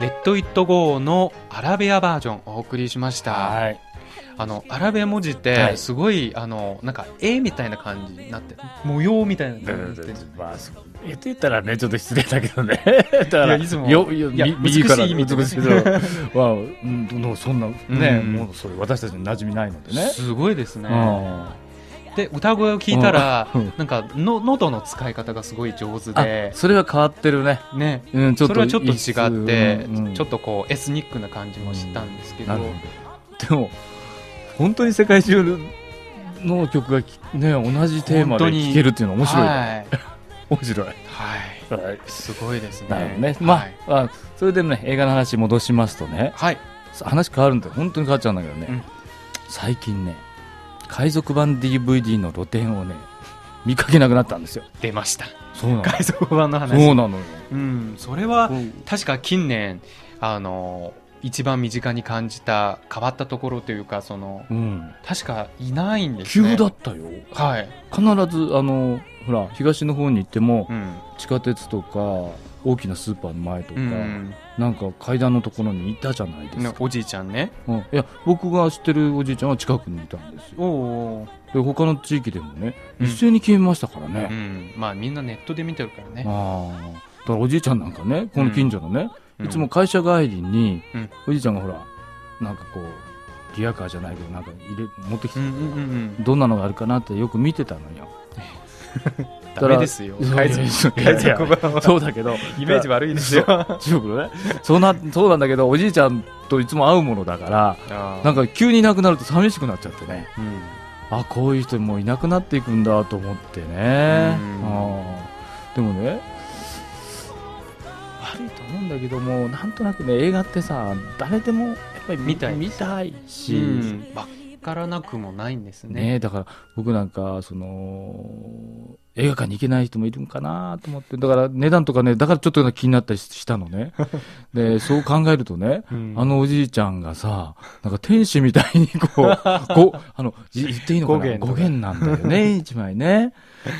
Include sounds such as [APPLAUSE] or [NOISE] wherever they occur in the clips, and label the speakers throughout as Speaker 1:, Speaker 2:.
Speaker 1: レッド・イット・ゴーのアラベアバージョンお送りしました。
Speaker 2: はい。
Speaker 1: あの、アラベア文字っ
Speaker 2: は
Speaker 1: て、
Speaker 2: い
Speaker 1: すごい、あの、なんか、絵みたいな感じになって、模様みたいな
Speaker 2: だだ
Speaker 1: 感じ
Speaker 2: だ
Speaker 1: になって。
Speaker 2: まあ、そう言って言ったらね、ちょっと失礼だ
Speaker 1: [LAUGHS]
Speaker 2: けどね。だから、
Speaker 1: いやいつも
Speaker 2: よよ
Speaker 1: いや
Speaker 2: み右から
Speaker 1: 美しい意味でね
Speaker 2: 美しい [LAUGHS] そうまあ、うん、どうそんな、ね、
Speaker 1: うん
Speaker 2: もう、それ、私たちに馴染みないのでね。
Speaker 1: すごいです
Speaker 2: う
Speaker 1: ね。
Speaker 2: ん。
Speaker 1: で歌声を聞いたら、
Speaker 2: うん
Speaker 1: なんかの喉の使い方がすごい上手
Speaker 2: あ
Speaker 1: で、
Speaker 2: それは変わってるね。
Speaker 1: ね、
Speaker 2: うん、
Speaker 1: それはちょっと違って、
Speaker 2: うんうん
Speaker 1: ちょっとこうエスニックな感じもしたんですけど、
Speaker 2: なるほどでも本当に世界中の曲がきね同じテーマで聴けるっていうのは面白い、
Speaker 1: はい、
Speaker 2: 面白い、は
Speaker 1: はい、
Speaker 2: い、
Speaker 1: すごいですね。
Speaker 2: なるほどね、まあ,、
Speaker 1: はい
Speaker 2: あそれでもね映画の話戻しますとね
Speaker 1: はい、
Speaker 2: 話変わるんで本当に変わっちゃうんだけどね、
Speaker 1: うん
Speaker 2: 最近ね海賊版 DVD の露店をね見かけなくなったんですよ
Speaker 1: 出ました。
Speaker 2: そうなの
Speaker 1: 海賊版の話。
Speaker 2: そうなのよ
Speaker 1: うん、それは確か近年あの一番身近に感じた変わったところというかその
Speaker 2: うん
Speaker 1: 確かいないんです
Speaker 2: 急
Speaker 1: ね。
Speaker 2: だったよ
Speaker 1: はい、
Speaker 2: 必ずあのほら東の方に行っても、
Speaker 1: うん、
Speaker 2: 地下鉄とか大きなスーパーの前と
Speaker 1: う
Speaker 2: か、
Speaker 1: ん、
Speaker 2: なんか階段のところにいたじゃないです
Speaker 1: ね
Speaker 2: か、
Speaker 1: おじいちゃんね。
Speaker 2: うん、いや僕が知ってるおじいちゃんは近くにいたんですよ
Speaker 1: おおー。
Speaker 2: で他の地域でもね
Speaker 1: うん
Speaker 2: 一斉に消えましたから
Speaker 1: う
Speaker 2: ね、
Speaker 1: ん、まあみんなネットで見てるからね。
Speaker 2: ああだからおじいちゃんなんかねこの近所のね、
Speaker 1: うん
Speaker 2: いつも会社帰りに、
Speaker 1: うん
Speaker 2: おじいちゃんがほらなんかこうリアカーじゃないけどなんか入れ持ってきて、
Speaker 1: うんうんうんうん。
Speaker 2: どんなのがあるかなってよく見てたのよ
Speaker 1: ダメですよ。海賊海賊版は
Speaker 2: [LAUGHS] そうだけど
Speaker 1: イメージ悪いですよ。あ
Speaker 2: 中国のねそうなそうなんだけどおじいちゃんといつも会うものだから
Speaker 1: ー
Speaker 2: なんか急にいなくなると寂しくなっちゃってね
Speaker 1: うん
Speaker 2: あこういう人もういなくなっていくんだと思ってね
Speaker 1: うん
Speaker 2: あーでもね悪いと思うんだけどもなんとなくね映画ってさ誰でもやっぱり
Speaker 1: 見たい
Speaker 2: 見たいし、
Speaker 1: うん。わからなくもないんですね。
Speaker 2: ねだから僕なんかその映画館に行けない人もいるんかなと思ってだから値段とかねだからちょっと気になったりした
Speaker 1: [LAUGHS]
Speaker 2: のねでそう考えるとね
Speaker 1: うん
Speaker 2: あのおじいちゃんがさ、なんか天使みたいに
Speaker 1: [LAUGHS]
Speaker 2: こう、こうあの、い言っていいのかな
Speaker 1: 語源
Speaker 2: 語源なんだ
Speaker 1: [LAUGHS]
Speaker 2: よね、一枚ね。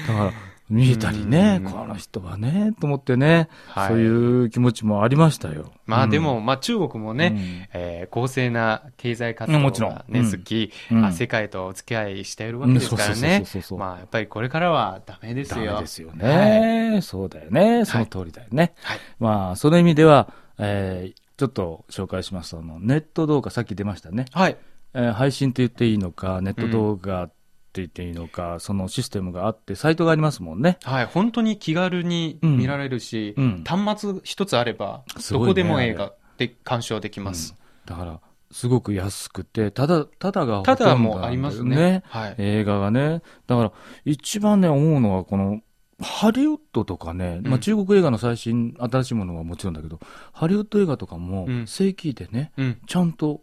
Speaker 2: だから、見えたりね
Speaker 1: う、ん
Speaker 2: この人はね、と思ってね、
Speaker 1: はい
Speaker 2: そういう気持ちもありましたよ。
Speaker 1: まあで
Speaker 2: う
Speaker 1: も、
Speaker 2: ん、
Speaker 1: まあ中国もね、
Speaker 2: ね、
Speaker 1: えー公正な経済活動
Speaker 2: もちろん
Speaker 1: が根付き、
Speaker 2: うん
Speaker 1: あ世界とお付き合いしているわけですから
Speaker 2: う
Speaker 1: ね
Speaker 2: んそうそうそうそうそ。う
Speaker 1: まあやっぱりこれからはダメです
Speaker 2: ダメ
Speaker 1: よ
Speaker 2: で。すよね、そうだよね。その通りだよね。
Speaker 1: はい
Speaker 2: まあ、その意味では、えーちょっと紹介します。あの、ネット動画、さっき出ましたね。
Speaker 1: はい。
Speaker 2: えー配信って言っていいのか、ネット動画って言っていいのか、そのシステムがあって、サイトがありますもんね。
Speaker 1: はい。本当に気軽に見られるし
Speaker 2: う、ん。
Speaker 1: 端末一つあれば、
Speaker 2: す
Speaker 1: ど
Speaker 2: ごいね
Speaker 1: こでも映画で鑑賞できます。
Speaker 2: だから、すごく安くて、ただ、ただがほ
Speaker 1: た
Speaker 2: とんどな
Speaker 1: だ
Speaker 2: んだ
Speaker 1: も
Speaker 2: よ
Speaker 1: うありますね。はい。
Speaker 2: 映画がね。だから、一番ね、思うのは、この、ハリウッドとかね、ま
Speaker 1: う
Speaker 2: あ、
Speaker 1: ん
Speaker 2: 中国映画の最新、新しいものはもちろんだけど、ハリウッド映画とかも
Speaker 1: う、ん
Speaker 2: 正規でね、
Speaker 1: うん。
Speaker 2: ちゃんと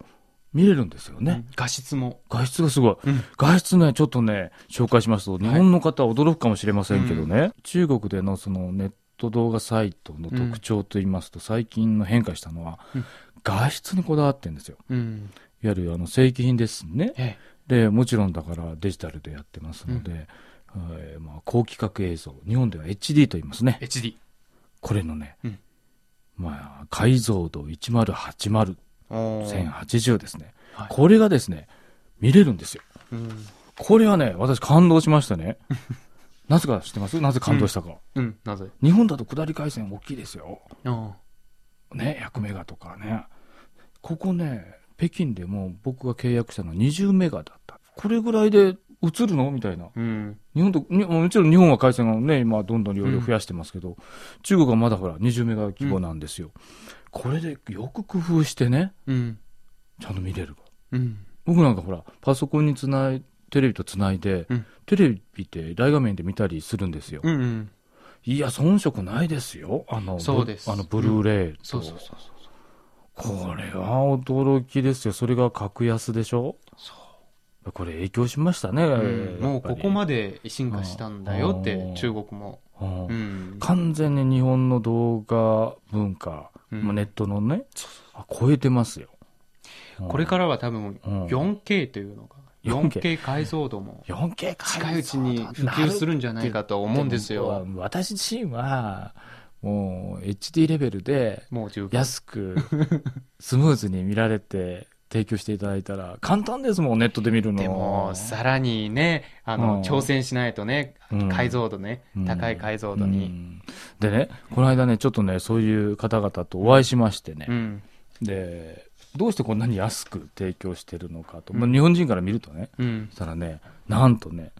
Speaker 2: 見れるんですよね。
Speaker 1: ね。画質も。
Speaker 2: 画質がすごい。
Speaker 1: うん
Speaker 2: 画質ね、ちょっとね、紹介しますと、日本の方は驚くかもしれませんけどね、中国でのそのネット動画サイトの特徴といいますと、最近の変化したのは、
Speaker 1: うん
Speaker 2: 画質にこだわってんですよ。
Speaker 1: うん。
Speaker 2: いわゆるあの正規品ですね。
Speaker 1: え
Speaker 2: で、もちろんだからデジタルでやってますので、えーまあ、高規格映像、日本では HD と言いますね
Speaker 1: え、。HD。
Speaker 2: これのね、
Speaker 1: うん
Speaker 2: まあ、解像度1080、
Speaker 1: おー
Speaker 2: 1080ですね、
Speaker 1: はい
Speaker 2: これがですね、見れるんですよ。
Speaker 1: うん。
Speaker 2: これはね、私感動しましたね。なぜか知ってますなぜ感動したか。
Speaker 1: うん。なぜ
Speaker 2: 日本だと下り回線大きいですよ。
Speaker 1: あ
Speaker 2: ね、100メガとかね。ここね、北京でも僕が契約したのは20メガだった。これぐらいで映るのみたいな。
Speaker 1: ーうん。
Speaker 2: 日本と、にもちろん日本は回線がね、今どんどん容量増やしてますけど、中国はまだほら20メガ規模なんですよ。これでよく工夫してね、
Speaker 1: うん。
Speaker 2: ちゃんと見れる。
Speaker 1: うん。
Speaker 2: 僕なんかほら、パソコンにつない、テレビとつないで、
Speaker 1: うん
Speaker 2: テレビって大画面で見たりするんですよ。
Speaker 1: うんうん。
Speaker 2: いや、遜色ないですよ。あの、
Speaker 1: そうです
Speaker 2: ブあの、ブルーレイと、
Speaker 1: そうそうそうそう。
Speaker 2: これは驚きですよ。それが格安でしょ
Speaker 1: そ
Speaker 2: これ影響しましたね。
Speaker 1: うんもうここ
Speaker 2: で。
Speaker 1: まで進化したんだよっ
Speaker 2: あ
Speaker 1: て
Speaker 2: ー、
Speaker 1: 中国も。
Speaker 2: うん
Speaker 1: うん。
Speaker 2: 完全に日本の動画文化、
Speaker 1: うん
Speaker 2: まあネットのね、あ超えてますよ。
Speaker 1: これ
Speaker 2: ら
Speaker 1: からは多分、4K というのが、
Speaker 2: 4K
Speaker 1: 4K 解像度も、
Speaker 2: 4K
Speaker 1: 近いうちに普及す
Speaker 2: る
Speaker 1: るんじゃないかと思うんですよ。
Speaker 2: 私自身は、もう HD レベルで
Speaker 1: もう十分。[LAUGHS]
Speaker 2: 安くスムーズに見られて提供していただいたら簡単ですもんネットで見るの
Speaker 1: でも、さらにね、あの、
Speaker 2: うん
Speaker 1: 挑戦しないとね、
Speaker 2: うん
Speaker 1: 解像度ね、
Speaker 2: うん
Speaker 1: 高い解像度
Speaker 2: う
Speaker 1: に。
Speaker 2: んでねこの間ねちょっとねそういう方々とお会いしましてね、
Speaker 1: うん。
Speaker 2: でどうしてこんなに安く提供してるのかと、
Speaker 1: うん
Speaker 2: まあ、日本人から見るとね
Speaker 1: うん
Speaker 2: そし。たらねなんとね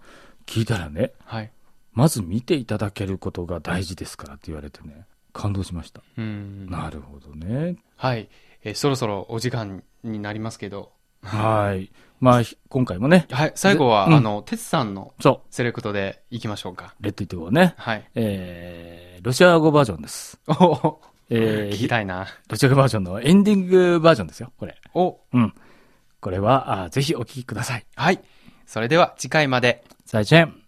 Speaker 2: 聞いたらね
Speaker 1: はい。
Speaker 2: まず見ていただけることが大事ですからって言われてね感動しました、
Speaker 1: うん。
Speaker 2: なるほどね
Speaker 1: はい。えーそろそろお時間になりますけど、
Speaker 2: はいまあひ今回もね
Speaker 1: はい。最後は、
Speaker 2: うん
Speaker 1: あの、哲さんの
Speaker 2: そ
Speaker 1: セレクトでいきましょうか。
Speaker 2: うレッドイットゴーね [LAUGHS]
Speaker 1: はい。
Speaker 2: えーロシア語バージョンです、
Speaker 1: おお、
Speaker 2: えー
Speaker 1: 聞きたいな。
Speaker 2: ロシア語バージョンのエンディングバージョンですよこれ
Speaker 1: お、
Speaker 2: うんこれはあーぜひお聞きください
Speaker 1: はい。それでは次回まで。
Speaker 2: 再见。